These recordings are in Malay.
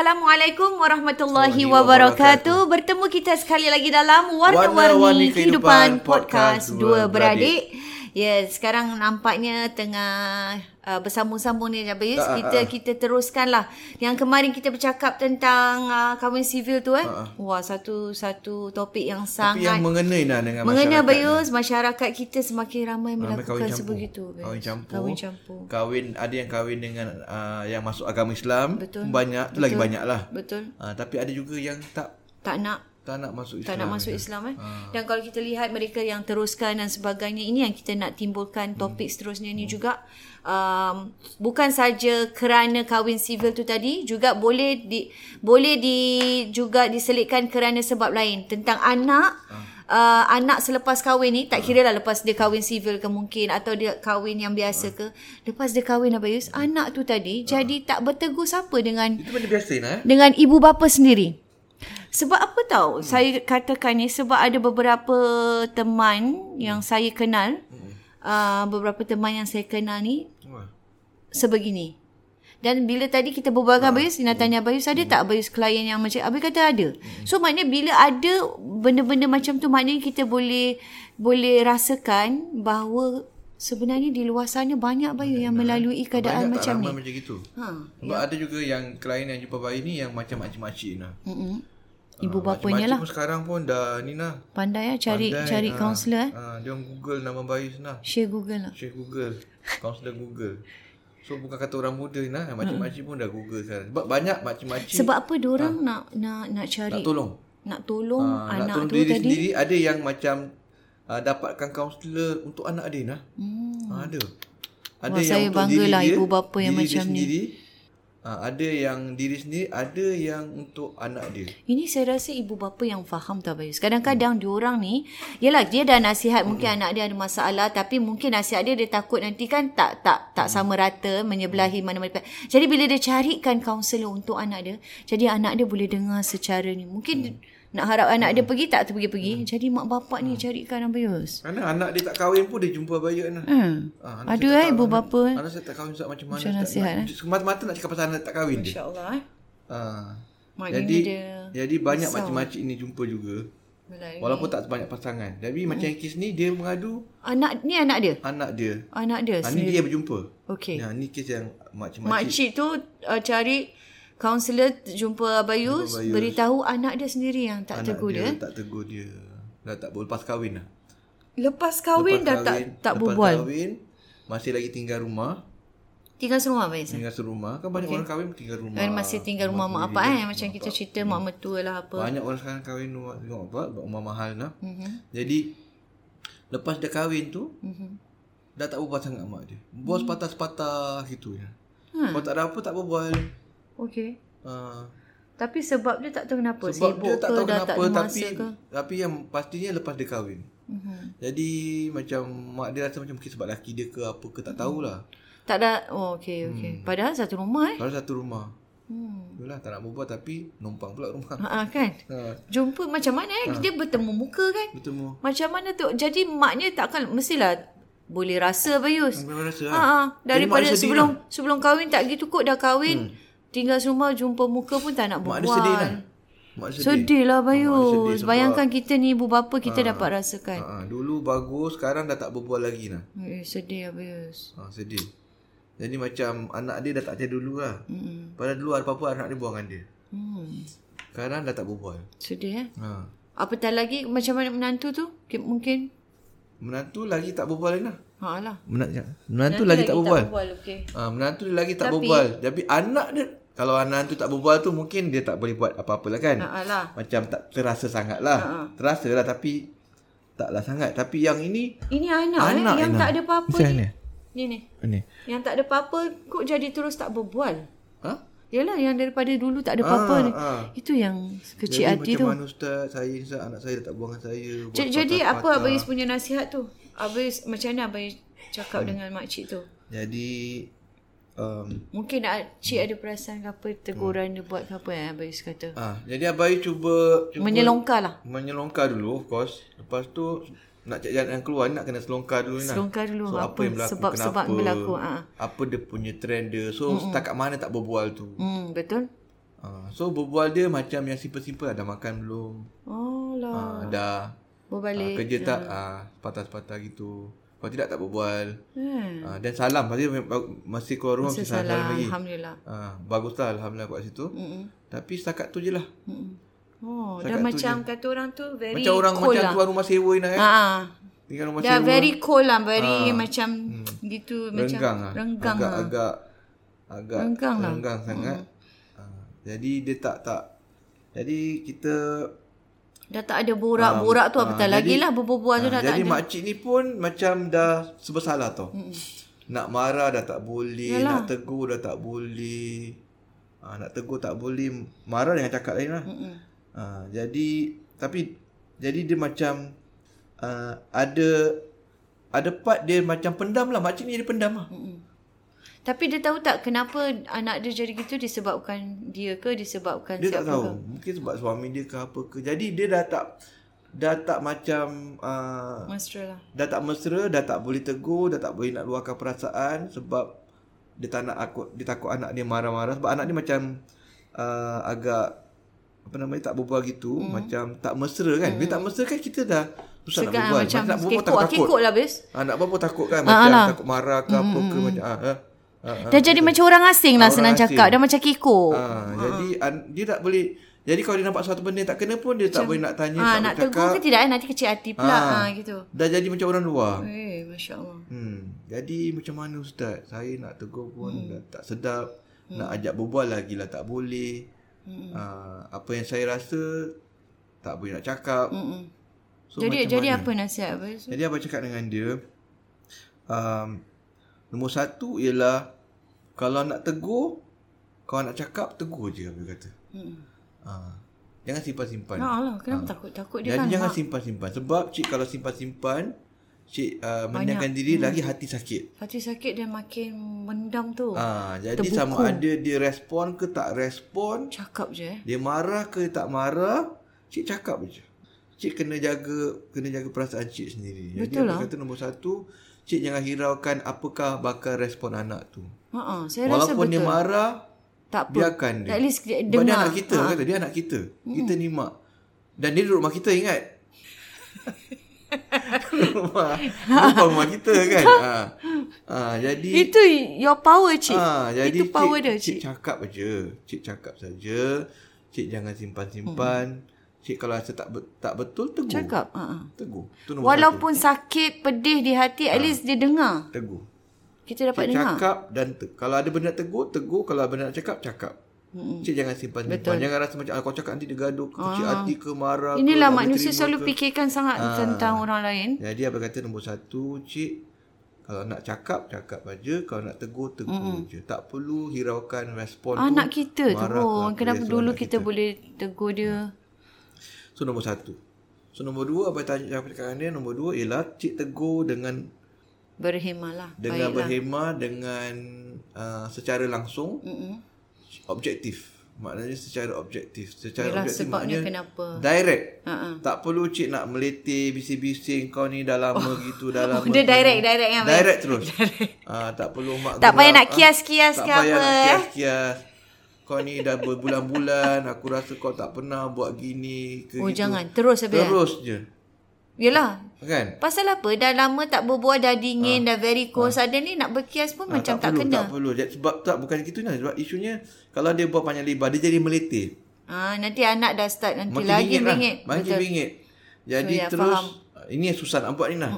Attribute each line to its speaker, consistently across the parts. Speaker 1: Assalamualaikum warahmatullahi wabarakatuh. Bertemu kita sekali lagi dalam Warna-Warni
Speaker 2: Warna-Warni
Speaker 1: Kehidupan
Speaker 2: Kehidupan
Speaker 1: Podcast
Speaker 2: Podcast
Speaker 1: Dua
Speaker 2: Dua
Speaker 1: Beradik. Ya, sekarang nampaknya tengah uh, bersambung-sambung ni Jabir.
Speaker 2: ah,
Speaker 1: Kita
Speaker 2: ah.
Speaker 1: kita teruskanlah. Yang kemarin kita bercakap tentang uh, kahwin sivil tu eh. Wah, satu satu topik yang
Speaker 2: Tapi Ah, yang
Speaker 1: sangat
Speaker 2: mengenai lah dengan
Speaker 1: mengena
Speaker 2: masyarakat
Speaker 1: Bayus. Masyarakat kita semakin ramai
Speaker 2: Ramai
Speaker 1: melakukan
Speaker 2: campur.
Speaker 1: sebegitu. Bayus.
Speaker 2: Kahwin campur.
Speaker 1: Kahwin campur.
Speaker 2: Kahwin ada yang kahwin dengan uh, yang masuk agama Islam.
Speaker 1: Betul.
Speaker 2: Banyak tu lagi banyak lah.
Speaker 1: Betul.
Speaker 2: Uh, tapi ada juga yang tak
Speaker 1: Tak nak
Speaker 2: tak nak masuk Islam. ya.
Speaker 1: tak nak masuk Islam eh. Ha. Dan kalau kita lihat mereka yang teruskan dan sebagainya ini yang kita nak
Speaker 2: Hmm.
Speaker 1: timbulkan topik seterusnya ni juga um, bukan saja kerana kahwin sivil tu tadi juga boleh di boleh di juga diselitkan kerana sebab lain tentang anak
Speaker 2: Ha.
Speaker 1: Uh, anak selepas kahwin ni tak kira lah lepas dia kahwin sivil ke mungkin atau dia kahwin yang
Speaker 2: Ha.
Speaker 1: biasa ke lepas dia kahwin Abayus anak tu tadi jadi tak bertegur sapa dengan
Speaker 2: Itu benda biasa lah. Eh?
Speaker 1: dengan ibu bapa sendiri. Sebab apa tahu? Hmm. Saya katakan ni sebab ada beberapa teman yang saya kenal. Hmm. Uh, beberapa teman yang saya kenal ni
Speaker 2: Wah.
Speaker 1: sebegini. Dan bila tadi kita berbual dengan Abayus, Ina tanya Abayus, ada tak Abayus klien yang macam, Abayus kata ada. So maknanya bila ada benda-benda macam tu, maknanya kita boleh boleh rasakan bahawa sebenarnya di luar sana banyak kan? Bayu yang melalui keadaan
Speaker 2: Banyak
Speaker 1: macam
Speaker 2: tak ramai
Speaker 1: ni.
Speaker 2: macam gitu.
Speaker 1: Ha.
Speaker 2: Sebab ada juga yang klien yang jumpa bayi ni yang macam makcik-makcik lah.
Speaker 1: Mm-mm. Ibu
Speaker 2: Ah,
Speaker 1: bapanya
Speaker 2: makcik-makcik
Speaker 1: lah.
Speaker 2: pun sekarang pun dah ni lah.
Speaker 1: Pandai lah cari
Speaker 2: Pandai,
Speaker 1: cari
Speaker 2: ah,
Speaker 1: kaunselor eh.
Speaker 2: ah, dia orang google nama bayi senang.
Speaker 1: Share Google lah.
Speaker 2: Chef Google Kaunselor Google So bukan kata orang muda ni lah Makcik-makcik pun dah Google sekarang Sebab banyak makcik-makcik
Speaker 1: Sebab apa diorang nak nak nak cari
Speaker 2: Ah. Nak
Speaker 1: nak,
Speaker 2: tolong
Speaker 1: tolong
Speaker 2: Ah, Nak
Speaker 1: Oh, anak
Speaker 2: tolong
Speaker 1: tu
Speaker 2: diri
Speaker 1: tadi.
Speaker 2: sendiri Ada yang macam uh, Dapatkan kaunselor Untuk anak dia nah.
Speaker 1: Hmm.
Speaker 2: hmm. Ada Ada
Speaker 1: Wah, saya banggalah ibu bapa yang
Speaker 2: diri dia
Speaker 1: macam ni.
Speaker 2: sendiri. Ah, Ada yang diri sendiri Ada yang untuk anak dia
Speaker 1: Ini saya rasa ibu bapa yang faham tau Bayus. Kadang-kadang diorang ni, yalah dia dah nasihat mungkin
Speaker 2: Hmm.
Speaker 1: anak dia ada masalah tapi mungkin nasihat dia dia takut nanti kan tak tak tak
Speaker 2: Hmm.
Speaker 1: sama rata menyebelahi mana-mana. Jadi bila dia carikan kaunselor untuk anak dia, jadi anak dia boleh dengar secara ni.
Speaker 2: Hmm.
Speaker 1: Mungkin nak harap anak dia pergi tak terpergi-pergi. Jadi mak bapak ni carikan Bayus.
Speaker 2: Kerana anak dia tak kahwin pun Dia jumpa bayi nah.
Speaker 1: Hmm.
Speaker 2: Ah, anak
Speaker 1: Ada
Speaker 2: saya tak
Speaker 1: eh ibu
Speaker 2: kahwin.
Speaker 1: bapa eh.
Speaker 2: Anak saya tak kahwin Ustaz, macam mana
Speaker 1: Macam
Speaker 2: Ustaz?
Speaker 1: nasihat, eh?
Speaker 2: Semata-mata nak cakap pasal anak tak kahwin dia
Speaker 1: InsyaAllah eh.
Speaker 2: Ah.
Speaker 1: Maknanya
Speaker 2: Jadi
Speaker 1: dia
Speaker 2: jadi banyak makcik-makcik ni jumpa juga.
Speaker 1: Melalui.
Speaker 2: Walaupun tak sebanyak pasangan. Tapi macam
Speaker 1: Hmm.
Speaker 2: yang kes ni dia mengadu
Speaker 1: Anak ni anak dia?
Speaker 2: anak dia.
Speaker 1: Anak dia.
Speaker 2: Ha, ni dia berjumpa.
Speaker 1: Okey.
Speaker 2: Ya, ni kes yang makcik-makcik.
Speaker 1: Makcik tu uh, cari kaunselor jumpa Abayus,
Speaker 2: Abayus.
Speaker 1: beritahu anak dia sendiri yang tak
Speaker 2: anak
Speaker 1: tegur dia.
Speaker 2: Tak tegur dia. Dah tak lepas kahwin lah.
Speaker 1: Lepas kahwin
Speaker 2: Lepas
Speaker 1: dah tak
Speaker 2: kahwin-
Speaker 1: tak
Speaker 2: lepas
Speaker 1: berbual.
Speaker 2: kahwin masih lagi tinggal rumah.
Speaker 1: Tinggal serumah Abayus.
Speaker 2: Tinggal serumah. Kan banyak orang kahwin tinggal rumah.
Speaker 1: Dan Kan masih tinggal rumah mak apa eh macam kita cerita mak mertua lah apa.
Speaker 2: Banyak orang sekarang kahwin rumah tengok apa rumah mahal lah.
Speaker 1: Mhm.
Speaker 2: Jadi lepas dia kahwin tu
Speaker 1: Mhm.
Speaker 2: Dah tak berbual sangat mak dia Bual
Speaker 1: Mm.
Speaker 2: sepatah-sepatah gitu je
Speaker 1: Ha.
Speaker 2: hmm. Kalau tak ada apa tak berbual Ha,
Speaker 1: Okey.
Speaker 2: uh,
Speaker 1: Tapi sebab dia tak tahu kenapa
Speaker 2: Sebab dia
Speaker 1: sibuk
Speaker 2: tak
Speaker 1: ke
Speaker 2: tahu
Speaker 1: dah tak
Speaker 2: kenapa
Speaker 1: ada
Speaker 2: Tapi
Speaker 1: masa ke.
Speaker 2: tapi yang pastinya lepas dia kahwin
Speaker 1: Mhm.
Speaker 2: Jadi macam mak dia rasa macam mungkin sebab laki dia ke apa ke
Speaker 1: Mm-hmm.
Speaker 2: tak tahulah
Speaker 1: Tak ada oh okey okey.
Speaker 2: Hmm.
Speaker 1: Padahal satu rumah eh.
Speaker 2: Kalau satu rumah
Speaker 1: Hmm.
Speaker 2: Yalah tak nak berbual tapi numpang pula rumah
Speaker 1: Ha ah, kan.
Speaker 2: ha,
Speaker 1: Jumpa macam mana eh? Dia bertemu muka kan?
Speaker 2: Bertemu
Speaker 1: Macam mana tu? Jadi maknya takkan mestilah boleh rasa Bayus.
Speaker 2: Memang rasa
Speaker 1: Ha
Speaker 2: lah
Speaker 1: ah, daripada
Speaker 2: mak dia sedih lah. Hmm.
Speaker 1: sebelum sebelum kahwin tak gitu kot dah kahwin. Tinggal rumah jumpa muka pun tak nak berbual.
Speaker 2: Mak dia sedih lah Mak dia sedih
Speaker 1: Sedih lah
Speaker 2: Mak dia
Speaker 1: Bayus.
Speaker 2: sedih
Speaker 1: Bayangkan kita ni ibu bapa kita dapat rasakan.
Speaker 2: ha, ha, Dulu bagus sekarang dah tak berbual lagi lah
Speaker 1: Eh, sedih lah Bayus.
Speaker 2: ha, Sedih Jadi macam anak dia dah tak macam dulu lah
Speaker 1: Mm-mm.
Speaker 2: Padahal dulu ada apa-apa anak dia buang dengan dia
Speaker 1: Hmm.
Speaker 2: Sekarang dah tak berbual
Speaker 1: Sedih eh.
Speaker 2: ha.
Speaker 1: Apatah lagi macam mana menantu tu? Ki- Mungkin.
Speaker 2: Menantu lagi tak berbual Lina
Speaker 1: Ha lah.
Speaker 2: Menantu, menantu lagi, lagi tak berbual
Speaker 1: Berbual okey.
Speaker 2: ha, Menantu dia lagi tak Tapi... berbual Tapi anak dia Kalau anak tu tak berbual tu Mungkin dia tak boleh buat apa-apa lah kan
Speaker 1: Ha lah.
Speaker 2: Macam tak terasa sangat lah Terasa lah tapi Taklah sangat Tapi yang ini
Speaker 1: Ini anak,
Speaker 2: Anak,
Speaker 1: eh, yang
Speaker 2: Ina.
Speaker 1: tak ada apa-apa
Speaker 2: Macam
Speaker 1: ni.
Speaker 2: mana?
Speaker 1: Ni ni.
Speaker 2: Ini
Speaker 1: Yang tak ada apa-apa kok jadi terus tak berbual.
Speaker 2: Ha?
Speaker 1: Yalah yang daripada dulu tak ada apa-apa
Speaker 2: Ah,
Speaker 1: ni.
Speaker 2: ah.
Speaker 1: Itu yang
Speaker 2: Jadi
Speaker 1: kecil hati
Speaker 2: Eh, macam
Speaker 1: tu.
Speaker 2: mana Ustaz Saya ni Ustaz anak saya dah tak buang dengan saya buat
Speaker 1: Jadi, jadi apa
Speaker 2: patah-patah.
Speaker 1: Abayus punya nasihat tu? Abayus macam mana Abayus cakap
Speaker 2: Hmm.
Speaker 1: dengan makcik tu?
Speaker 2: Jadi um,
Speaker 1: Mungkin cik ada perasaan ke apa teguran dia buat ke apa yang Abayus kata.
Speaker 2: ah, Jadi Abai cuba, cuba
Speaker 1: Menyelongkar lah.
Speaker 2: Menyelongkar dulu of course Lepas tu Nak cari jalan yang keluar Nak kena selongkar dulu ni lah.
Speaker 1: Selongkar dulu.
Speaker 2: So apa,
Speaker 1: Apa
Speaker 2: yang berlaku
Speaker 1: sebab-
Speaker 2: Kenapa
Speaker 1: sebab berlaku, ha.
Speaker 2: Apa dia punya trend dia So mm setakat mana tak berbual tu
Speaker 1: Hmm, betul?
Speaker 2: Ah, so berbual dia macam yang simple-simple lah. Dah makan belum?
Speaker 1: Oh ya.
Speaker 2: Ah,
Speaker 1: lah.
Speaker 2: dah ah,
Speaker 1: Berbalik.
Speaker 2: kerja tak? Ah, sepatah-sepatah gitu. Kalau tidak tak berbual.
Speaker 1: Hmm.
Speaker 2: Ah, dan salam. Pasti masih keluar rumah masih salam,
Speaker 1: Salah.
Speaker 2: lagi.
Speaker 1: Alhamdulillah.
Speaker 2: Ah, baguslah Alhamdulillah kat situ.
Speaker 1: Mm-mm.
Speaker 2: Tapi setakat tu je lah.
Speaker 1: Mm-mm. Oh, dah
Speaker 2: Setakat tu
Speaker 1: macam kata orang tu very
Speaker 2: Macam orang
Speaker 1: cold
Speaker 2: macam
Speaker 1: lah.
Speaker 2: tuan rumah sewa ni eh.
Speaker 1: Ah,
Speaker 2: Tinggal rumah
Speaker 1: dah
Speaker 2: sewa.
Speaker 1: very cold lah, very
Speaker 2: Ah.
Speaker 1: macam
Speaker 2: Hmm.
Speaker 1: gitu macam
Speaker 2: renggang lah.
Speaker 1: renggang
Speaker 2: agak,
Speaker 1: lah.
Speaker 2: agak agak
Speaker 1: Renggang lah. Mm.
Speaker 2: renggang sangat. Ah, jadi dia tak tak jadi kita
Speaker 1: Dah tak ada borak-borak tu apatah lagi lah berbual tu dah
Speaker 2: ah,
Speaker 1: tak
Speaker 2: jadi
Speaker 1: ada.
Speaker 2: makcik ni pun macam dah sebesalah tau. Mm. Nak marah dah tak boleh, Yalah. nak tegur dah tak boleh. Ah, nak tegur tak boleh, marah dengan cakap lain lah.
Speaker 1: Mm-mm.
Speaker 2: Ha, jadi tapi jadi dia macam uh, ada ada part dia macam pendam lah. Makcik ni dia pendam lah.
Speaker 1: Mm-mm. Tapi dia tahu tak kenapa anak dia jadi gitu disebabkan dia ke disebabkan
Speaker 2: Dia
Speaker 1: siapa
Speaker 2: tak tahu.
Speaker 1: ke?
Speaker 2: Mungkin sebab suami dia ke apa ke. Jadi dia dah tak dah tak macam uh,
Speaker 1: Mesra lah.
Speaker 2: dah tak mesra, dah tak boleh tegur, dah tak boleh nak luahkan perasaan sebab dia tak nak aku dia takut anak dia marah-marah sebab anak dia macam uh, agak apa namanya tak berbual gitu,
Speaker 1: Hmm.
Speaker 2: mm. macam tak mesra kan. Mm. Bila tak mesra kan kita dah susah nak
Speaker 1: Sekarang
Speaker 2: berbual.
Speaker 1: Hmm. macam
Speaker 2: nak berbual
Speaker 1: kekok,
Speaker 2: takut.
Speaker 1: kekok lah bes.
Speaker 2: Ah, nak apa pun takut kan macam
Speaker 1: alah.
Speaker 2: takut marah ke apa
Speaker 1: Hmm,
Speaker 2: ke macam ah, ah, ah, ah.
Speaker 1: Dah jadi macam orang asing lah
Speaker 2: Orang
Speaker 1: senang
Speaker 2: asing.
Speaker 1: cakap. Dah macam kekok.
Speaker 2: Ah, jadi an, dia tak boleh jadi kalau dia nampak suatu benda yang tak kena pun dia tak boleh nak tanya,
Speaker 1: Ah, nak
Speaker 2: tak nak boleh
Speaker 1: tegur
Speaker 2: cakap.
Speaker 1: ke tidak eh? Nanti kecil hati pula.
Speaker 2: Ah.
Speaker 1: Ah, gitu.
Speaker 2: Dah jadi macam orang luar.
Speaker 1: Eh, Masya Allah.
Speaker 2: Hmm. Jadi macam mana ustaz? Saya nak tegur pun hmm. dah tak sedap. Hmm. Nak ajak berbual lagi lah tak boleh. Hmm. Ah, apa yang saya rasa tak boleh nak cakap. Hmm.
Speaker 1: Mm-mm.
Speaker 2: So,
Speaker 1: jadi
Speaker 2: macam
Speaker 1: jadi
Speaker 2: mana?
Speaker 1: apa nasihat bes?
Speaker 2: Jadi abang cakap dengan dia um, Nombor satu ialah Kalau nak tegur Kalau nak cakap Tegur je Abang kata
Speaker 1: Hmm.
Speaker 2: ha. Jangan simpan-simpan
Speaker 1: Ya Allah, kenapa takut-takut dia kan?
Speaker 2: Ha. Jadi jangan
Speaker 1: Jangan...
Speaker 2: simpan-simpan Sebab cik kalau simpan-simpan Cik uh, menyangkan diri Lagi
Speaker 1: Hmm.
Speaker 2: hati sakit
Speaker 1: Hati sakit dia makin mendam tu.
Speaker 2: ha. Jadi Terbuku. sama ada dia respon ke tak respon
Speaker 1: Cakap je eh.
Speaker 2: Dia marah ke tak marah Cik cakap je Cik kena jaga Kena jaga perasaan cik sendiri Jadi
Speaker 1: Betul
Speaker 2: aku
Speaker 1: lah.
Speaker 2: kata nombor satu Cik jangan hiraukan Apakah bakal respon anak tu
Speaker 1: Ha-ha, saya rasa
Speaker 2: Walaupun
Speaker 1: betul.
Speaker 2: dia marah
Speaker 1: tak apa.
Speaker 2: Biarkan dia
Speaker 1: At least dia
Speaker 2: Sebab dia
Speaker 1: dengar. Ah. Hmm.
Speaker 2: anak kita ha. kata, Dia anak kita Kita ni mak Dan dia duduk rumah kita ingat rumah, rumah rumah kita kan ha. Ha, Jadi
Speaker 1: Itu your power, cik.
Speaker 2: Ah, jadi
Speaker 1: Itu power
Speaker 2: cik,
Speaker 1: dia,
Speaker 2: cik.
Speaker 1: cik.
Speaker 2: cakap je. Cik cakap saja. Cik jangan simpan-simpan. Hmm. Cik kalau rasa tak be- tak betul tegur.
Speaker 1: Cakap. Ha-ha.
Speaker 2: Tegur. Tu ah. nombor
Speaker 1: Walaupun sakit, pedih di hati, at least dia dengar.
Speaker 2: satu. tegur.
Speaker 1: Kita
Speaker 2: Cik
Speaker 1: dapat dengar.
Speaker 2: cakap dan te- kalau ada benda nak tegur, tegur. Kalau ada benda nak cakap, cakap. Hmm. Cik jangan simpan-simpan. Jangan rasa macam ah, kau cakap nanti dia gaduh, ke, kecil hati ke,
Speaker 1: Ah.
Speaker 2: marah ke,
Speaker 1: Inilah
Speaker 2: tak boleh
Speaker 1: manusia
Speaker 2: terima Ah.
Speaker 1: selalu
Speaker 2: ke.
Speaker 1: fikirkan sangat tentang orang lain.
Speaker 2: Jadi apa kata nombor satu Cik Kalau nak cakap Cakap aja Kalau nak tegur Tegur mm. je Tak perlu hiraukan respon
Speaker 1: Anak
Speaker 2: tu
Speaker 1: kita tu.
Speaker 2: marah
Speaker 1: Oh,
Speaker 2: ke apa
Speaker 1: kenapa
Speaker 2: dia
Speaker 1: dulu
Speaker 2: sebab
Speaker 1: kita, boleh tegur dia?
Speaker 2: So nombor satu So nombor dua Apa tanya apa cakap dengan dia Nombor dua ialah Cik tegur dengan
Speaker 1: Berhemalah.
Speaker 2: Dengan berhemah Dengan uh, Secara langsung
Speaker 1: Mm-mm.
Speaker 2: Objektif Maknanya secara objektif Secara
Speaker 1: Yelah
Speaker 2: objektif
Speaker 1: sebabnya
Speaker 2: maknanya
Speaker 1: kenapa.
Speaker 2: Direct
Speaker 1: Ha-ha.
Speaker 2: Tak perlu cik nak meletih Bising-bising Kau ni dah lama gitu Dah lama
Speaker 1: Oh. Dia
Speaker 2: gitu.
Speaker 1: direct, direct kan? Abang?
Speaker 2: Direct terus. Ah, tak perlu
Speaker 1: Tak
Speaker 2: mak geram.
Speaker 1: payah nak
Speaker 2: Ah,
Speaker 1: kias-kias ke
Speaker 2: tak payah
Speaker 1: apa,
Speaker 2: nak
Speaker 1: eh.
Speaker 2: kias-kias. Kau ni dah berbulan-bulan, aku rasa kau tak pernah buat gini ke
Speaker 1: Oh,
Speaker 2: gitu.
Speaker 1: jangan. Terus habis. eh?
Speaker 2: Terus je.
Speaker 1: Yelah.
Speaker 2: Kan?
Speaker 1: Pasal apa? Dah lama tak berbual, dah dingin, dah very cold. Suddenly nak berkias pun
Speaker 2: Ah,
Speaker 1: macam tak,
Speaker 2: perlu,
Speaker 1: kena.
Speaker 2: Tak perlu. Jadi, Sebab tak bukan gitu nah. Sebab isunya kalau dia buat panjang lebar dia jadi meletih.
Speaker 1: Ah, nanti anak dah start nanti
Speaker 2: Makin
Speaker 1: lagi
Speaker 2: lah.
Speaker 1: bingit.
Speaker 2: Makin
Speaker 1: Betul.
Speaker 2: bingit. Jadi
Speaker 1: So, ya,
Speaker 2: terus
Speaker 1: faham.
Speaker 2: ini yang susah nak buat ni nah.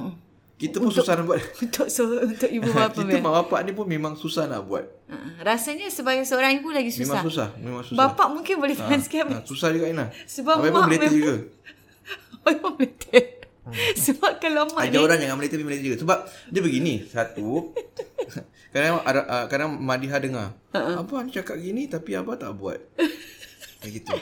Speaker 2: Kita pun susah nak buat.
Speaker 1: Untuk so, untuk ibu bapa
Speaker 2: Kita
Speaker 1: Bel.
Speaker 2: mak bapak ni pun memang susah nak buat.
Speaker 1: Ah, rasanya sebagai seorang ibu lagi
Speaker 2: Memang
Speaker 1: susah.
Speaker 2: susah, memang susah.
Speaker 1: Bapak mungkin boleh faham sikit
Speaker 2: Ha, susah juga Ina.
Speaker 1: Sebab
Speaker 2: Habis pun
Speaker 1: mak
Speaker 2: meletih
Speaker 1: memang-
Speaker 2: juga.
Speaker 1: Memang meletup. Oh, Sebab kalau mak
Speaker 2: Hmm. Ada
Speaker 1: ni
Speaker 2: orang jangan meletih tapi meletih juga. Sebab dia begini. Satu. kadang ada, ah, kadang Madiha dengar. Uh-uh. Abang cakap gini tapi abang tak buat. Begitu.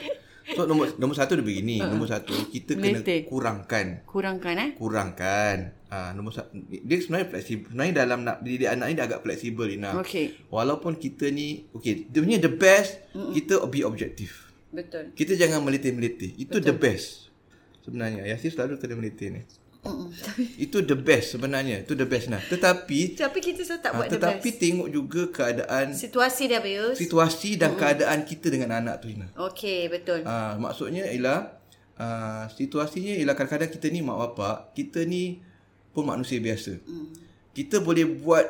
Speaker 2: So nombor, nombor satu dia begini. Uh-huh. Nombor satu kita kena
Speaker 1: Meletih.
Speaker 2: kurangkan.
Speaker 1: kurangkan eh.
Speaker 2: Kurangkan. Ah, nombor satu. Dia sebenarnya fleksibel. Sebenarnya dalam nak didik anak ni dia agak fleksibel Ina.
Speaker 1: Okey.
Speaker 2: Walaupun kita ni. Okay. Dia punya the best. Kita be objektif.
Speaker 1: Betul.
Speaker 2: Kita jangan meletih-meletih. Itu Betul. the best. Sebenarnya Yasir selalu kena meletih ni.
Speaker 1: Mm-mm. Tapi,
Speaker 2: Itu the best sebenarnya. Itu the best nah. Tetapi
Speaker 1: tapi kita selalu tak
Speaker 2: ah,
Speaker 1: buat the
Speaker 2: tetapi tengok juga keadaan
Speaker 1: best. Situasi dah Bayus.
Speaker 2: situasi dan keadaan kita dengan anak tu Hina.
Speaker 1: Okey, betul.
Speaker 2: Ah maksudnya ialah ah, situasinya ialah kadang-kadang kita ni mak bapak, kita ni pun manusia biasa.
Speaker 1: Mm.
Speaker 2: Kita boleh buat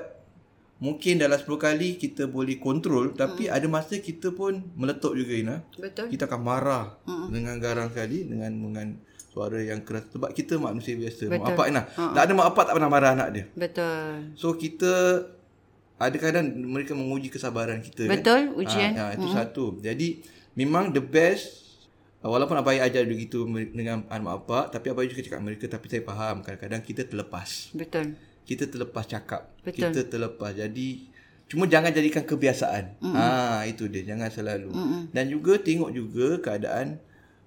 Speaker 2: mungkin dalam 10 kali kita boleh kontrol
Speaker 1: Mm.
Speaker 2: tapi ada masa kita pun meletup juga Hina.
Speaker 1: Betul.
Speaker 2: Kita akan marah dengan garang kali dengan dengan suara yang keras sebab kita manusia biasa. Mak bapak Hina. Tak ada mak bapak tak pernah marah anak dia.
Speaker 1: Betul.
Speaker 2: So kita ada kadang mereka menguji kesabaran kita kan?
Speaker 1: Betul, eh? ujian.
Speaker 2: Ha, ha, itu mm-hmm. satu. Jadi memang the best ah, walaupun abang ajar begitu mer- dengan anak apa tapi abang juga cakap mereka tapi saya faham kadang-kadang kita terlepas.
Speaker 1: Betul.
Speaker 2: Kita terlepas cakap.
Speaker 1: Betul.
Speaker 2: Kita terlepas. Jadi cuma jangan jadikan kebiasaan. Mm-hmm. Ha itu dia jangan selalu. Mm-hmm. Dan juga tengok juga keadaan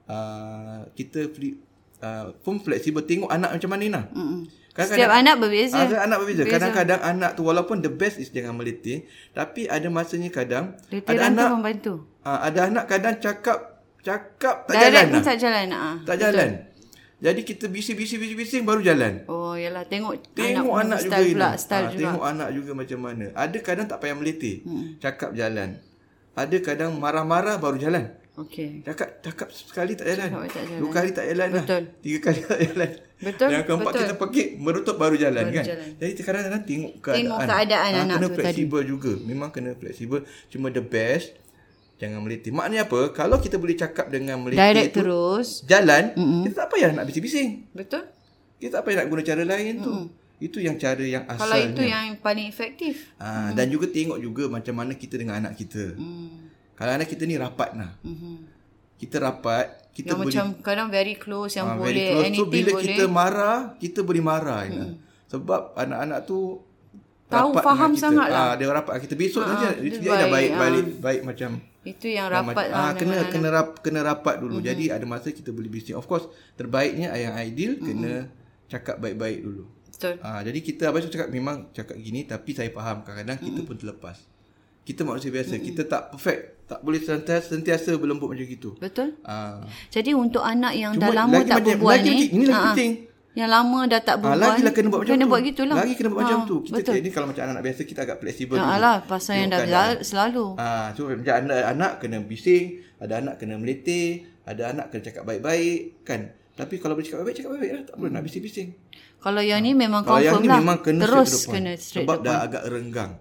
Speaker 2: uh, kita fli- uh, pun fleksibel tengok anak macam mana Nina. Mm-hmm.
Speaker 1: Setiap anak berbeza.
Speaker 2: Ada anak berbeza. Kadang-kadang anak tu walaupun the best is jangan meletih, tapi ada masanya kadang ada
Speaker 1: Letiran tu
Speaker 2: anak
Speaker 1: membantu.
Speaker 2: ah, ada anak kadang cakap cakap tak
Speaker 1: Direct
Speaker 2: jalan.
Speaker 1: ni
Speaker 2: lah.
Speaker 1: tak jalan. Ah.
Speaker 2: Tak jalan. Jadi kita bising-bising-bising baru jalan.
Speaker 1: Oh, yalah tengok,
Speaker 2: Tengok
Speaker 1: punya
Speaker 2: anak, juga
Speaker 1: style
Speaker 2: ni.
Speaker 1: pula, style
Speaker 2: Ah,
Speaker 1: juga.
Speaker 2: Tengok anak juga macam mana. Ada kadang tak payah meletih, hmm. cakap jalan. Ada kadang marah-marah baru jalan.
Speaker 1: Okey.
Speaker 2: Cakap cakap sekali tak
Speaker 1: Cakap
Speaker 2: jalan.
Speaker 1: tak jalan.
Speaker 2: Dua kali tak jalan
Speaker 1: Betul.
Speaker 2: lah. Tiga kali tak jalan.
Speaker 1: Betul,
Speaker 2: Yang keempat
Speaker 1: betul.
Speaker 2: kita pergi merutuk baru jalan baru kan.
Speaker 1: jalan.
Speaker 2: Jalan. Jadi kadang-kadang tengok keadaan. Ah,
Speaker 1: keadaan anak
Speaker 2: kena
Speaker 1: tu
Speaker 2: fleksibel juga. Memang kena fleksibel. Cuma the best jangan meletih. Maknanya apa? Kalau kita boleh cakap dengan meletih
Speaker 1: Direct
Speaker 2: tu,
Speaker 1: terus.
Speaker 2: jalan, mm-hmm. kita tak payah nak bising-bising.
Speaker 1: Betul?
Speaker 2: Kita tak payah nak guna cara lain tu. Itu yang cara yang asalnya.
Speaker 1: Kalau itu yang paling efektif.
Speaker 2: Ah, dan juga tengok juga macam mana kita dengan anak kita.
Speaker 1: Hmm.
Speaker 2: Kalau anak kita ni rapat nah.
Speaker 1: Mhm.
Speaker 2: Kita rapat,
Speaker 1: Yang
Speaker 2: kita boleh
Speaker 1: macam kadang very close yang
Speaker 2: Ah, very
Speaker 1: boleh
Speaker 2: close. So
Speaker 1: anything
Speaker 2: bila
Speaker 1: boleh.
Speaker 2: kita marah, kita boleh marah Aina. Sebab anak-anak tu
Speaker 1: Tahu,
Speaker 2: rapat
Speaker 1: faham
Speaker 2: dengan kita.
Speaker 1: sangat lah.
Speaker 2: Ah, dia rapat dengan kita besok nanti dia,
Speaker 1: dia
Speaker 2: dia dah
Speaker 1: baik,
Speaker 2: baik
Speaker 1: ah.
Speaker 2: balik baik macam
Speaker 1: Itu yang rapat
Speaker 2: macam-
Speaker 1: ah,
Speaker 2: ah, kena kena rap, kena rapat dulu. Mm-hmm. Jadi ada masa kita boleh bising. Of course, terbaiknya yang ideal mm-hmm. kena cakap baik-baik dulu.
Speaker 1: Betul.
Speaker 2: Ah, jadi kita abang cakap memang cakap gini tapi saya faham kadang-kadang kita pun terlepas. Kita manusia biasa, kita tak perfect, tak boleh sentiasa, sentiasa berlembut macam gitu.
Speaker 1: Betul?
Speaker 2: Ah,
Speaker 1: Jadi untuk anak yang dah lama
Speaker 2: Cuma lagi
Speaker 1: tak
Speaker 2: macam-
Speaker 1: berbual
Speaker 2: lagi
Speaker 1: ni.
Speaker 2: macam- ini lagi
Speaker 1: ah, ah.
Speaker 2: penting.
Speaker 1: Yang lama dah tak
Speaker 2: Ah,
Speaker 1: berbual.
Speaker 2: lagi lah kena buat macam
Speaker 1: kena
Speaker 2: tu.
Speaker 1: buat gitulah.
Speaker 2: Lagi kena buat macam
Speaker 1: Ah,
Speaker 2: tu. Kita
Speaker 1: betul.
Speaker 2: Ini kalau macam anak-anak biasa kita agak fleksibel.
Speaker 1: Ya,
Speaker 2: dulu.
Speaker 1: alah, pasal yang dah
Speaker 2: Tengokkan
Speaker 1: berlalu, selalu.
Speaker 2: Ah, so macam anak, anak kena bising, ada anak kena meletih, ada anak kena cakap baik-baik kan. Tapi kalau boleh cakap baik-baik, cakap baik-baik lah. Tak perlu nak bising-bising.
Speaker 1: Kalau yang ni memang
Speaker 2: Ah. Kalau yang
Speaker 1: confirm
Speaker 2: ni
Speaker 1: lah.
Speaker 2: memang kena
Speaker 1: Terus
Speaker 2: straight to the point.
Speaker 1: kena straight
Speaker 2: Sebab dah agak renggang.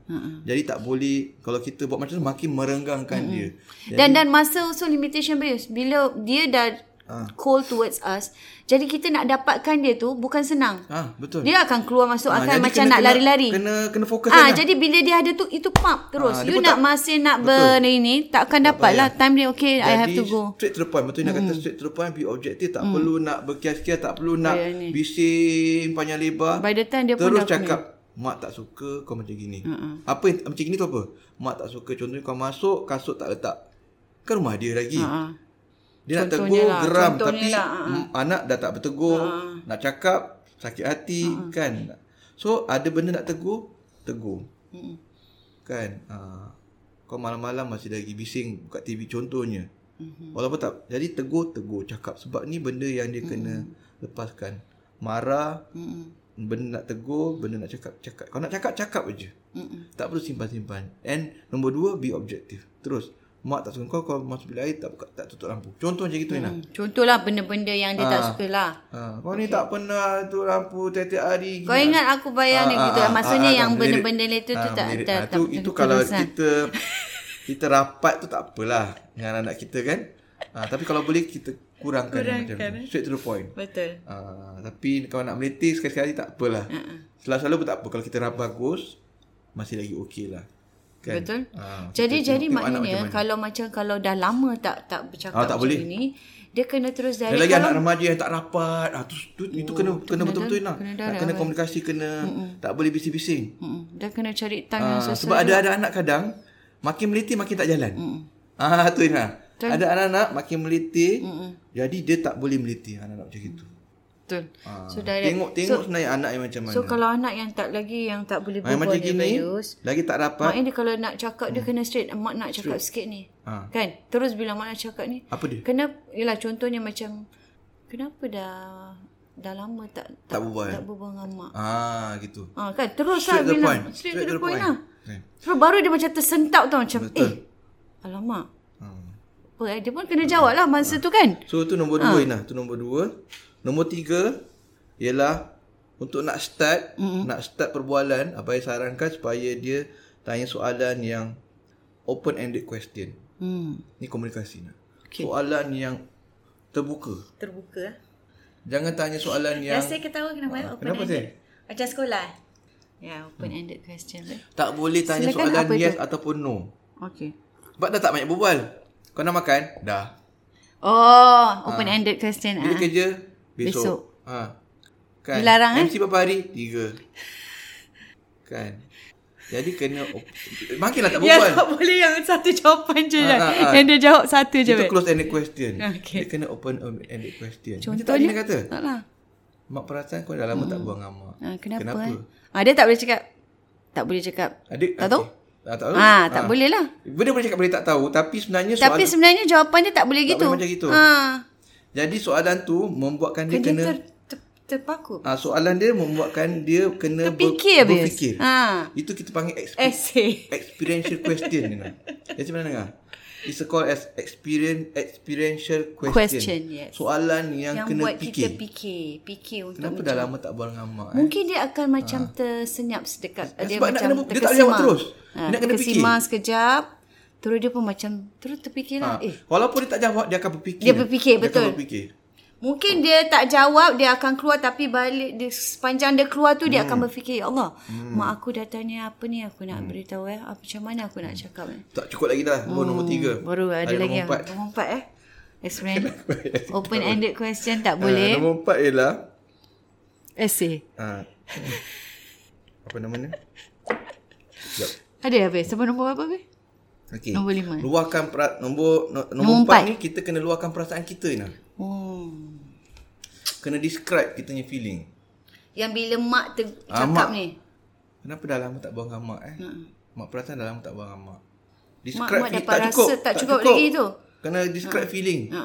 Speaker 2: Jadi tak boleh, kalau kita buat macam tu, makin merenggangkan dia.
Speaker 1: Dan dan masa also limitation bias. Bila dia dah
Speaker 2: Ah.
Speaker 1: cold towards us, jadi kita nak dapatkan dia tu bukan senang.
Speaker 2: Ah, betul.
Speaker 1: Dia akan keluar masuk
Speaker 2: Ah,
Speaker 1: akan
Speaker 2: jadi
Speaker 1: macam
Speaker 2: kena-
Speaker 1: nak
Speaker 2: kena-
Speaker 1: lari-lari.
Speaker 2: Kena kena fokus
Speaker 1: Ah,
Speaker 2: kan.
Speaker 1: jadi bila dia ada tu itu pump terus.
Speaker 2: Ah, dia
Speaker 1: you
Speaker 2: pun
Speaker 1: nak
Speaker 2: tak-
Speaker 1: masih nak
Speaker 2: Betul.
Speaker 1: ber ni ni takkan dapat lah time dia okay I have to go.
Speaker 2: straight to the point. Betul nak kata straight to the point, be objective. Tak perlu nak berkias-kias, tak perlu nak
Speaker 1: Bayar ni.
Speaker 2: bising panjang lebar.
Speaker 1: By the time dia pun dah
Speaker 2: Terus
Speaker 1: Ha,
Speaker 2: cakap, mak tak suka kau macam
Speaker 1: Mm.
Speaker 2: gini. Uh-uh. Apa yang, macam gini tu apa? Mak tak suka contohnya kau masuk, kasut tak letak. Kan rumah dia lagi.
Speaker 1: Ah,
Speaker 2: Dia nak
Speaker 1: Contohnya
Speaker 2: tegur
Speaker 1: lah,
Speaker 2: geram
Speaker 1: contohnya
Speaker 2: tapi
Speaker 1: lah, Ah.
Speaker 2: mm, anak dah tak bertegur, nak cakap sakit hati kan. So ada benda nak tegur, tegur. Kan. ah, kau malam-malam masih lagi bising buka TV contohnya.
Speaker 1: Mm-hmm.
Speaker 2: Walaupun tak jadi tegur tegur cakap sebab ni benda yang dia kena lepaskan. Marah,
Speaker 1: Hmm.
Speaker 2: benda nak tegur, benda nak cakap cakap. Kau nak cakap cakap aje. Tak perlu simpan-simpan. And nombor dua, be objective. Terus. Mak tak suka kau, kau masuk bilik air, tak, buka, tak tutup lampu. Contoh macam
Speaker 1: Mm.
Speaker 2: gitu, Inah.
Speaker 1: Contohlah benda-benda yang dia
Speaker 2: Ah.
Speaker 1: tak suka lah.
Speaker 2: Ha, kau ni tak pernah tutup lampu tiap-tiap hari.
Speaker 1: Kau ingat aku
Speaker 2: Ah,
Speaker 1: bayang ni gitu. Maksudnya yang benda-benda itu tu tak
Speaker 2: melirik.
Speaker 1: tak
Speaker 2: Ah, tu, Itu kalau kita kita rapat tu tak apalah dengan anak kita kan. Ha, tapi kalau boleh kita kurangkan, macam tu. Straight to the point.
Speaker 1: Betul.
Speaker 2: Ah, tapi kalau nak meletih sekali-sekali tak apalah. Uh-uh. Selalu-selalu pun tak apa. Kalau kita rap bagus, masih lagi okey lah. Kan?
Speaker 1: Betul.
Speaker 2: Ah,
Speaker 1: jadi
Speaker 2: kita
Speaker 1: jadi
Speaker 2: tengok anak
Speaker 1: maknanya
Speaker 2: macam mana.
Speaker 1: kalau macam kalau dah lama tak tak bercakap
Speaker 2: Ah, tak
Speaker 1: macam
Speaker 2: boleh.
Speaker 1: ini, dia kena terus dari
Speaker 2: Dan lagi anak remaja yang tak rapat, ah, tu, tu, itu kena, kena betul-betul nak.
Speaker 1: kena lah.
Speaker 2: Kena, kena komunikasi, kena tak boleh bising-bising.
Speaker 1: Mm-mm. dia kena cari time yang
Speaker 2: Ah,
Speaker 1: sesuai.
Speaker 2: sebab ada ada anak kadang makin meliti makin tak jalan. Mm. Ah tu Ina. Ada anak-anak makin meliti. Jadi dia tak boleh meliti anak-anak macam gitu.
Speaker 1: Betul.
Speaker 2: Ah,
Speaker 1: So direct.
Speaker 2: tengok tengok so, sebenarnya anak yang macam mana.
Speaker 1: So kalau anak yang tak lagi yang tak boleh
Speaker 2: Ah, yang
Speaker 1: berbual
Speaker 2: macam
Speaker 1: dia
Speaker 2: gini
Speaker 1: Bayus,
Speaker 2: lagi tak rapat.
Speaker 1: maknanya dia kalau nak cakap
Speaker 2: Hmm.
Speaker 1: dia kena straight mak nak cakap sikit ni.
Speaker 2: Ah.
Speaker 1: Kan? Terus bila mak nak cakap ni,
Speaker 2: Apa dia?
Speaker 1: Kenapa Yalah contohnya macam Kenapa dah dah lama tak
Speaker 2: Tak berbual.
Speaker 1: tak berbual dengan mak.
Speaker 2: Ah gitu.
Speaker 1: Ah kan terus
Speaker 2: Straight
Speaker 1: lah
Speaker 2: to the
Speaker 1: bilang
Speaker 2: point.
Speaker 1: straight to the point, lah.
Speaker 2: Okay.
Speaker 1: Terus baru dia macam tersentap tau macam
Speaker 2: Betul.
Speaker 1: eh alamak
Speaker 2: Hmm.
Speaker 1: apa eh dia pun kena jawab lah masa tu kan.
Speaker 2: So tu nombor dua Inah Tu nombor dua Nombor tiga Ialah Untuk nak start mm-hmm. Nak start perbualan Abai sarankan Supaya dia Tanya soalan yang Open-ended question
Speaker 1: Hmm
Speaker 2: Ni komunikasi Inah
Speaker 1: Okay.
Speaker 2: okay. Soalan yang Terbuka
Speaker 1: terbuka eh.
Speaker 2: Jangan tanya soalan yang
Speaker 1: Saya ketawa kenapa uh, open
Speaker 2: Ya. Kenapa
Speaker 1: ended.
Speaker 2: saya?
Speaker 1: Macam sekolah. Ya, yeah, open ended question. eh.
Speaker 2: Tak boleh tanya
Speaker 1: Silakan,
Speaker 2: Silakan
Speaker 1: apa
Speaker 2: soalan
Speaker 1: itu?
Speaker 2: yes itu? ataupun no
Speaker 1: Okay.
Speaker 2: Sebab dah tak banyak berbual Kau nak makan? Dah
Speaker 1: Oh, open ended question
Speaker 2: Bila
Speaker 1: ah.
Speaker 2: kerja? Besok.
Speaker 1: Besok.
Speaker 2: Ha. Kan.
Speaker 1: Dilarang, eh?
Speaker 2: MC berapa hari? Tiga. Kan. Jadi kena op- makinlah tak
Speaker 1: Ya,
Speaker 2: berbual.
Speaker 1: tak boleh yang satu jawapan je.
Speaker 2: Ah,
Speaker 1: kan.
Speaker 2: ah, ah.
Speaker 1: Yang dia jawab satu je.
Speaker 2: Itu
Speaker 1: Beb.
Speaker 2: close ended question.
Speaker 1: Okay.
Speaker 2: Dia kena open ended question. Macam tadi
Speaker 1: Contohnya?
Speaker 2: dia kata,
Speaker 1: Tak lah.
Speaker 2: mak perasaan kau dah lama tak buang dengan mak.
Speaker 1: Ah, kenapa?
Speaker 2: Kenapa?
Speaker 1: Eh? Ah, dia tak boleh cakap. Tak boleh cakap.
Speaker 2: Adik
Speaker 1: Tak tahu?
Speaker 2: Tak tahu.
Speaker 1: Ah, tak boleh lah.
Speaker 2: Benda boleh cakap boleh tak tahu tapi sebenarnya soalan
Speaker 1: Tapi sebenarnya jawapan dia tak boleh
Speaker 2: Tak
Speaker 1: gitu.
Speaker 2: boleh macam gitu.
Speaker 1: Ah.
Speaker 2: jadi soalan tu membuatkan dia
Speaker 1: Kan dia
Speaker 2: kena
Speaker 1: ter, ter, terpaku.
Speaker 2: ah, soalan dia membuatkan dia kena ber-
Speaker 1: Fikir habis.
Speaker 2: berfikir.
Speaker 1: Ah.
Speaker 2: Itu kita panggil exp-
Speaker 1: Essay.
Speaker 2: experiential question ni lah. Jadi mana dengar? It's called as experience experiential question.
Speaker 1: Question, yes.
Speaker 2: Soalan yang,
Speaker 1: Yang
Speaker 2: kena
Speaker 1: buat
Speaker 2: fikir.
Speaker 1: kita fikir. Fikir untuk
Speaker 2: Kenapa dah lama tak bual dengan mak? Eh?
Speaker 1: Mungkin dia akan macam tersenyap sedekat.
Speaker 2: Ya,
Speaker 1: dia
Speaker 2: sebab nak
Speaker 1: macam
Speaker 2: kena- dia tak boleh jawab
Speaker 1: terkesima.
Speaker 2: terus.
Speaker 1: Ah,
Speaker 2: Dia nak kena
Speaker 1: terkesima sekejap. Terus dia pun macam terus terfikirlah.
Speaker 2: Ha.
Speaker 1: Eh,
Speaker 2: Walaupun dia tak jawab, dia akan berfikir.
Speaker 1: Dia berfikir,
Speaker 2: dia
Speaker 1: betul.
Speaker 2: Akan berfikir.
Speaker 1: Mungkin dia tak jawab, dia akan keluar tapi balik dia, sepanjang dia keluar tu dia
Speaker 2: Hmm.
Speaker 1: akan berfikir, ya Allah, mak aku dah tanya apa ni aku nak beritahu eh, apa macam mana aku nak cakap eh.
Speaker 2: Tak cukup lagi dah. Baru nombor tiga.
Speaker 1: Hmm, Baru ada lagi
Speaker 2: nombor
Speaker 1: yang
Speaker 2: empat.
Speaker 1: nombor empat eh. Explain. Open ended question tak
Speaker 2: Ha,
Speaker 1: boleh.
Speaker 2: nombor empat ialah...
Speaker 1: Essay.
Speaker 2: Ha. apa nama ni? Sekejap.
Speaker 1: Ada habis. Sampai nombor apa
Speaker 2: Eh.
Speaker 1: habis?
Speaker 2: Okay.
Speaker 1: Nombor lima.
Speaker 2: Luahkan pera- nombor, no- nombor,
Speaker 1: Nombor
Speaker 2: empat,
Speaker 1: empat.
Speaker 2: ni kita kena luahkan perasaan kita ni.
Speaker 1: Oh.
Speaker 2: Kena describe kita punya feeling.
Speaker 1: Yang bila mak ter-
Speaker 2: Ah,
Speaker 1: cakap
Speaker 2: mak.
Speaker 1: ni.
Speaker 2: Kenapa dah lama tak buang dengan mak eh? Hmm. Mak perasan dah lama tak buang dengan mak.
Speaker 1: Mak
Speaker 2: Describe
Speaker 1: mak
Speaker 2: feeling-
Speaker 1: dapat rasa tak cukup lagi tu.
Speaker 2: Kena describe feeling.
Speaker 1: Ha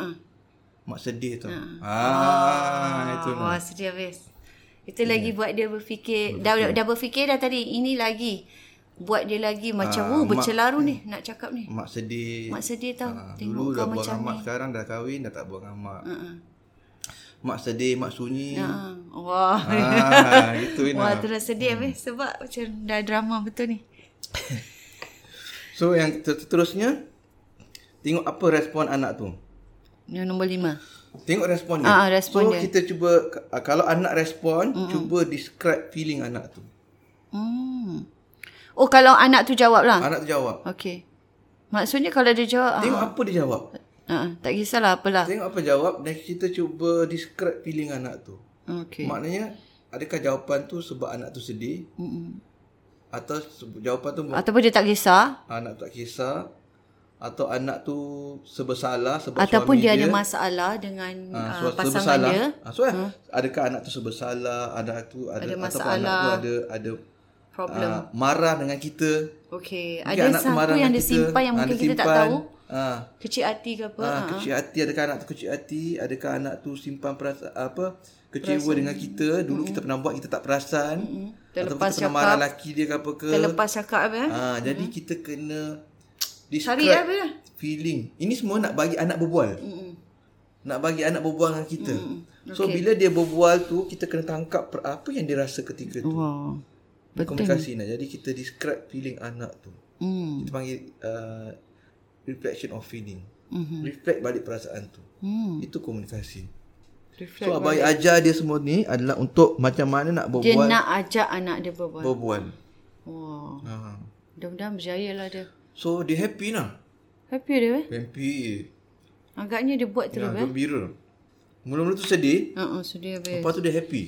Speaker 2: Mak sedih tu.
Speaker 1: Mm.
Speaker 2: Ah, itu.
Speaker 1: Wah, wah sedih habis. Itu lagi buat dia berfikir. Dah, dah, dah berfikir dah tadi. Ini lagi. Buat dia lagi macam,
Speaker 2: Ah,
Speaker 1: uh,
Speaker 2: mak-
Speaker 1: bercelaru ni. Nak cakap ni.
Speaker 2: Mak sedih.
Speaker 1: Mak sedih tau.
Speaker 2: Ah,
Speaker 1: Tengok
Speaker 2: dulu dah
Speaker 1: kau
Speaker 2: buang
Speaker 1: macam
Speaker 2: dengan mak,
Speaker 1: ni.
Speaker 2: sekarang dah kahwin dah tak buang dengan mak.
Speaker 1: Uh-uh.
Speaker 2: Mak sedih, mak sunyi.
Speaker 1: Ah, wah.
Speaker 2: Ah, Hmm. gitu
Speaker 1: wah,
Speaker 2: Ina.
Speaker 1: terus sedih habis. Sebab macam dah drama betul ni.
Speaker 2: So yang ter- seterusnya tengok apa respon anak tu.
Speaker 1: Yang nombor lima.
Speaker 2: Tengok respon dia.
Speaker 1: Ah, ah, respon
Speaker 2: so
Speaker 1: dia.
Speaker 2: kita cuba ah, kalau anak respon, mm-hmm. cuba describe feeling anak tu.
Speaker 1: Hmm. Oh, kalau anak tu jawab lah.
Speaker 2: Anak tu jawab.
Speaker 1: Okey. Maksudnya kalau dia jawab,
Speaker 2: Tengok apa dia jawab.
Speaker 1: ah, ah, tak kisahlah apalah.
Speaker 2: Tengok apa jawab dan kita cuba describe feeling anak tu.
Speaker 1: Okey.
Speaker 2: Maknanya adakah jawapan tu sebab anak tu sedih
Speaker 1: Mm-mm.
Speaker 2: atau se- jawapan tu
Speaker 1: Ataupun dia tak kisah.
Speaker 2: anak tak kisah atau anak tu sebersalah sebab
Speaker 1: Ataupun
Speaker 2: suami
Speaker 1: dia, ada masalah dengan
Speaker 2: ah,
Speaker 1: uh,
Speaker 2: suami
Speaker 1: pasangan
Speaker 2: sebersalah.
Speaker 1: dia.
Speaker 2: Ah, so, hmm. adakah anak tu sebersalah, anak tu ada,
Speaker 1: Ada
Speaker 2: ataupun anak tu
Speaker 1: masalah.
Speaker 2: ada ada
Speaker 1: Problem.
Speaker 2: uh, marah dengan kita.
Speaker 1: Okey,
Speaker 2: Mungkin
Speaker 1: ada
Speaker 2: anak tu marah
Speaker 1: satu yang
Speaker 2: dengan
Speaker 1: dia
Speaker 2: kita.
Speaker 1: simpan yang
Speaker 2: Ah,
Speaker 1: mungkin
Speaker 2: dia
Speaker 1: kita tak
Speaker 2: simpan.
Speaker 1: tahu.
Speaker 2: Ah.
Speaker 1: Kecil hati ke apa.
Speaker 2: Ah,
Speaker 1: Ha,
Speaker 2: kecil hati adakah anak tu kecil hati adakah anak tu simpan perasaan apa kecewa dengan kita dulu mm-hmm. kita pernah buat kita tak perasan mm-hmm.
Speaker 1: Terlepas
Speaker 2: kita pernah marah laki dia ke apa ke
Speaker 1: Terlepas cakap apa. eh?
Speaker 2: ah mm-hmm. jadi kita kena
Speaker 1: Cari
Speaker 2: describe
Speaker 1: apa lah.
Speaker 2: feeling ini semua nak bagi anak berbual
Speaker 1: Mm-mm.
Speaker 2: nak bagi anak berbual dengan kita mm-hmm. okay. so bila dia berbual tu kita kena tangkap per- apa yang dia rasa ketika tu
Speaker 1: Wow. Betul.
Speaker 2: komunikasi nak jadi kita describe feeling anak tu
Speaker 1: Hmm.
Speaker 2: kita panggil uh, reflection of feeling
Speaker 1: Mhm.
Speaker 2: reflect balik perasaan tu
Speaker 1: Hmm.
Speaker 2: itu komunikasi
Speaker 1: Reflect.
Speaker 2: So abai ajar dia semua ni adalah untuk macam mana nak
Speaker 1: Dia
Speaker 2: berbual
Speaker 1: nak ajak anak dia berbual.
Speaker 2: berbual.
Speaker 1: Wow.
Speaker 2: Ha.
Speaker 1: Mudah-mudahan berjaya lah dia.
Speaker 2: So dia happy lah.
Speaker 1: Happy dia eh?
Speaker 2: Happy.
Speaker 1: Agaknya dia buat terus
Speaker 2: Ha,
Speaker 1: eh.
Speaker 2: gembira. Mula-mula tu sedih,
Speaker 1: Ha, uh-uh, sedih habis.
Speaker 2: lepas tu dia happy.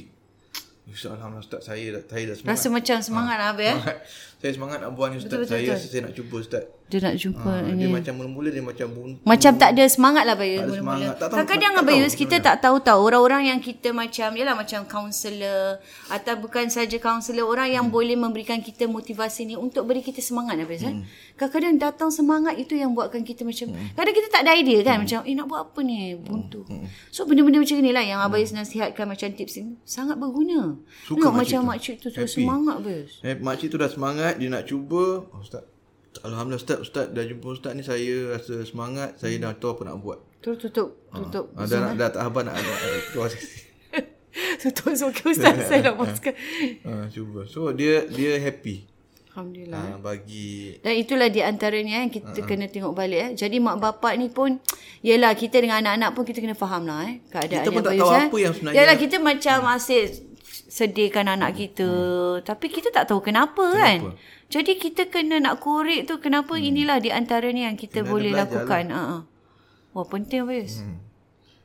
Speaker 2: Ustaz Alhamdulillah Ustaz saya dah, saya dah semangat. Ha.
Speaker 1: Rasa macam semangat lah habis eh.
Speaker 2: saya semangat nak buat ni Ustaz.
Speaker 1: Betul, betul,
Speaker 2: saya
Speaker 1: betul.
Speaker 2: rasa saya nak cuba Ustaz.
Speaker 1: Dia nak jumpa
Speaker 2: Ha,
Speaker 1: ni.
Speaker 2: dia macam mula-mula dia macam buntu.
Speaker 1: Macam tak ada semangat lah Bayus
Speaker 2: Tak ada
Speaker 1: mula-mula.
Speaker 2: semangat. Tak tahu-
Speaker 1: Kadang-kadang
Speaker 2: tak- tak
Speaker 1: Bayus
Speaker 2: tahu
Speaker 1: kita tak tahu tahu orang-orang yang kita macam yalah macam kaunselor atau bukan saja kaunselor orang
Speaker 2: Hmm.
Speaker 1: yang boleh memberikan kita motivasi ni untuk beri kita semangat lah Bayus
Speaker 2: Hmm.
Speaker 1: kan. Kadang-kadang datang semangat itu yang buatkan kita macam kadang kita tak ada idea
Speaker 2: Hmm.
Speaker 1: kan macam eh nak buat apa ni buntu. So benda-benda macam ni lah yang Abayus nasihatkan macam tips ni sangat berguna.
Speaker 2: Hmm. Suka
Speaker 1: Tengok
Speaker 2: makcik
Speaker 1: macam
Speaker 2: tu.
Speaker 1: makcik tu terus
Speaker 2: Happy.
Speaker 1: semangat Bayus.
Speaker 2: Eh, makcik tu dah semangat, dia nak cuba. Oh, ustaz. Alhamdulillah ustaz, ustaz dah jumpa ustaz ni saya rasa semangat, saya dah tahu apa nak buat.
Speaker 1: Terus tutup tutup.
Speaker 2: Ha, dah, dah tak sabar nak nak- nak keluar sesi.
Speaker 1: tutup sokong ustaz saya nak masukkan.
Speaker 2: Ha, cuba. So dia dia happy.
Speaker 1: Alhamdulillah.
Speaker 2: Ha, bagi
Speaker 1: Dan itulah di antaranya yang kita uh-huh. kena tengok balik eh. Jadi mak bapak ni pun yalah kita dengan anak-anak pun kita kena faham lah eh keadaan
Speaker 2: Kita pun
Speaker 1: yang
Speaker 2: tak
Speaker 1: Bayus,
Speaker 2: tahu
Speaker 1: eh.
Speaker 2: apa yang sebenarnya-
Speaker 1: Yalah kita macam hmm. asyik sedihkan anak kita
Speaker 2: Mm.
Speaker 1: hmm. tapi kita tak tahu kenapa, kan. Jadi kita kena nak korek tu kenapa hmm. inilah di antaranya yang kita
Speaker 2: Mm. Kena ada
Speaker 1: boleh
Speaker 2: belajar Mm.
Speaker 1: lakukan. Lah. Uh-huh. Wah penting Bayus. Hmm.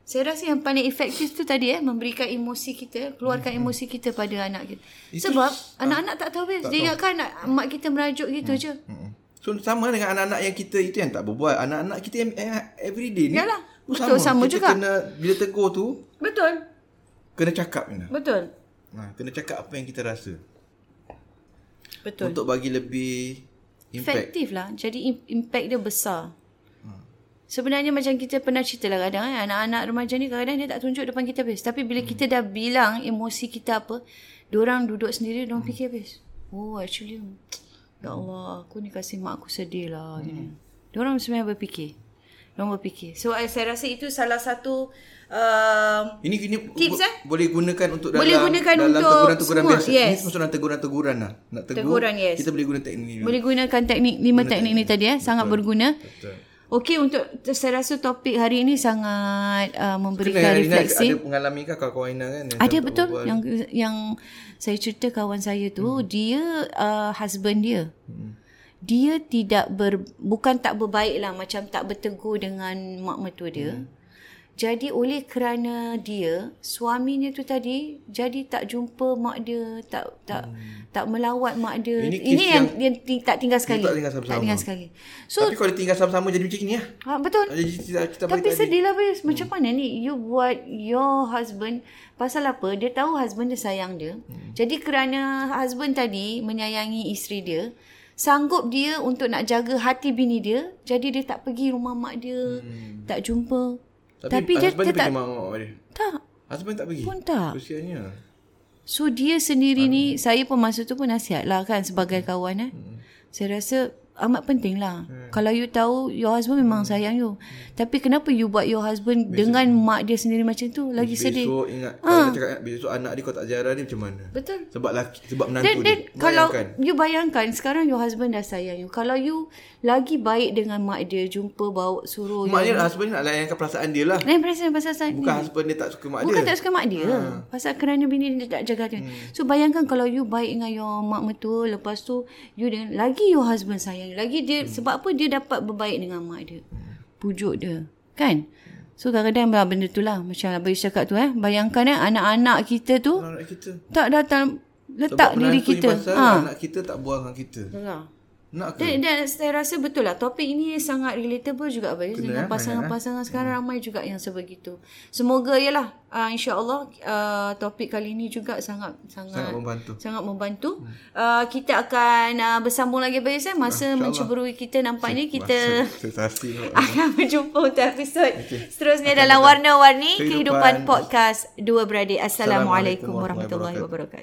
Speaker 1: Saya rasa yang paling efektif tu tadi eh memberikan emosi kita, keluarkan hmm. emosi kita pada anak kita.
Speaker 2: Itu
Speaker 1: Sebab
Speaker 2: s- Mm.
Speaker 1: anak-anak tak tahu Bayus. Dia ingatkan anak mak kita merajuk gitu hmm. je.
Speaker 2: Mm-mm. So sama dengan anak-anak yang kita itu yang tak berbual. Anak-anak kita yang eh, everyday ni.
Speaker 1: Yalah.
Speaker 2: pun
Speaker 1: Betul, sama
Speaker 2: kita
Speaker 1: juga.
Speaker 2: Kena, bila tegur tu,
Speaker 1: Betul.
Speaker 2: kena cakap. Mina.
Speaker 1: Betul.
Speaker 2: Ha, kena cakap apa yang kita rasa.
Speaker 1: Betul.
Speaker 2: Untuk bagi lebih impact.
Speaker 1: Efektif lah. Jadi im- impact dia besar. Sebenarnya macam kita pernah cerita lah kadang eh, anak-anak remaja ni kadang-kadang dia tak tunjuk depan kita habis. Tapi bila kita dah bilang emosi kita apa, diorang duduk sendiri, diorang fikir habis. Oh actually, ya Allah aku ni kasih mak aku sedih lah. Hmm. Diorang sebenarnya berfikir. Diorang berfikir. So I- saya rasa itu salah satu um,
Speaker 2: Ini ini
Speaker 1: Tips, eh?
Speaker 2: boleh gunakan untuk dalam
Speaker 1: Boleh gunakan
Speaker 2: dalam
Speaker 1: untuk
Speaker 2: teguran-teguran
Speaker 1: semua,
Speaker 2: biasa.
Speaker 1: yes.
Speaker 2: Ini semua dalam teguran-teguran lah. Nak tegur.
Speaker 1: Teguran, yes.
Speaker 2: Kita boleh guna teknik ni.
Speaker 1: boleh gunakan teknik lima teknik ni tadi eh sangat berguna.
Speaker 2: Betul.
Speaker 1: Okey untuk saya rasa topik hari ini sangat uh, memberikan
Speaker 2: Kena Rina
Speaker 1: refleksi. Ah,
Speaker 2: ada pengalami kah kawan-kawan Rina kan? Yang
Speaker 1: Ada
Speaker 2: tak
Speaker 1: betul
Speaker 2: berbual.
Speaker 1: yang yang saya cerita kawan saya tu hmm. dia uh, husband dia. Hmm. Dia tidak ber bukan tak berbaik lah macam tak bertegur dengan mak mertua dia. Hmm. Jadi oleh kerana dia suaminya tu tadi jadi tak jumpa mak dia, tak tak hmm. tak melawat mak dia. Ini,
Speaker 2: Ini kes
Speaker 1: Ini yang,
Speaker 2: yang-
Speaker 1: yang dia tak tinggal sekali.
Speaker 2: tak tinggal
Speaker 1: Tak
Speaker 2: sama-sama.
Speaker 1: tinggal sekali. So
Speaker 2: Tapi kalau dia tinggal sama-sama jadi macam ni lah.
Speaker 1: ha, betul.
Speaker 2: Jadi kita, kita
Speaker 1: Tapi sedih lah Bayus. Macam mana ni? You buat your husband. Pasal apa? Dia tahu husband dia sayang dia. Hmm. Jadi kerana husband tadi menyayangi isteri dia. Sanggup dia untuk nak jaga hati bini dia. Jadi dia tak pergi rumah mak dia. Hmm. Tak jumpa. Tapi, Tapi dia,
Speaker 2: husband
Speaker 1: dia
Speaker 2: pergi
Speaker 1: tak.
Speaker 2: mak mak dia.
Speaker 1: Tak.
Speaker 2: Husband tak pergi. lah.
Speaker 1: Pun tak.
Speaker 2: Usianya.
Speaker 1: So dia sendiri ni. Saya pun masa tu pun nasihat lah kan. Sebagai kawan eh. Hmm. Saya rasa amat penting lah. Hmm. Kalau you tahu your husband memang
Speaker 2: Hmm.
Speaker 1: sayang you. Tapi kenapa you buat your husband dengan mak dia sendiri macam tu? Lagi sedih. Ah.
Speaker 2: Besok ingat ha. kalau dia cakap besok anak dia kau tak jarah ni macam mana?
Speaker 1: Betul.
Speaker 2: Sebab laki sebab menantu
Speaker 1: Then,
Speaker 2: Kan dia.
Speaker 1: then kalau
Speaker 2: Bayangkan.
Speaker 1: you bayangkan sekarang your husband dah sayang you. Kalau you lagi baik dengan mak dia jumpa bawa suruh you.
Speaker 2: Maknanya husband nak layankan perasaan dia lah.
Speaker 1: Lain perasaan pasal saya.
Speaker 2: Bukan husband dia tak suka mak
Speaker 1: Bukan
Speaker 2: dia.
Speaker 1: tak suka mak dia. Ha. Pasal kerana bini dia tak jaga dia. Hmm. So bayangkan kalau you baik dengan your mak mertua, lepas tu you dengan lagi your husband sayang you. Lagi dia hmm. sebab apa dia dapat berbaik dengan mak dia. Pujuk dia. Kan? So kadang-kadang bah, benda tu lah Macam Abang Ish cakap tu eh Bayangkan eh Anak-anak kita tu
Speaker 2: Anak kita.
Speaker 1: Tak datang Letak diri
Speaker 2: menantu ni
Speaker 1: kita Ha.
Speaker 2: Pasal anak kita tak buang dengan kita.
Speaker 1: Betul.
Speaker 2: Nak ke?
Speaker 1: Eh, Dan, dan saya rasa betul lah topik ini sangat relatable juga Abang Yus
Speaker 2: eh,
Speaker 1: dengan pasangan-pasangan
Speaker 2: Hmm.
Speaker 1: sekarang ramai juga yang sebegitu. Semoga ialah uh, insya-Allah uh, topik kali ini juga sangat
Speaker 2: Sangat Hmm.
Speaker 1: sangat
Speaker 2: membantu.
Speaker 1: sangat membantu. Uh, kita akan uh, bersambung lagi Abang Yus eh masa menceburui kita nampaknya kita
Speaker 2: Wah, Sensasi. nampak.
Speaker 1: akan berjumpa untuk episod okay. seterusnya dalam warna-warni kehidupan,
Speaker 2: Kehidupan.
Speaker 1: podcast dua beradik. Assalamualaikum
Speaker 2: Assalamualaikum
Speaker 1: warahmatullahi
Speaker 2: warahmatullahi
Speaker 1: wabarakatuh.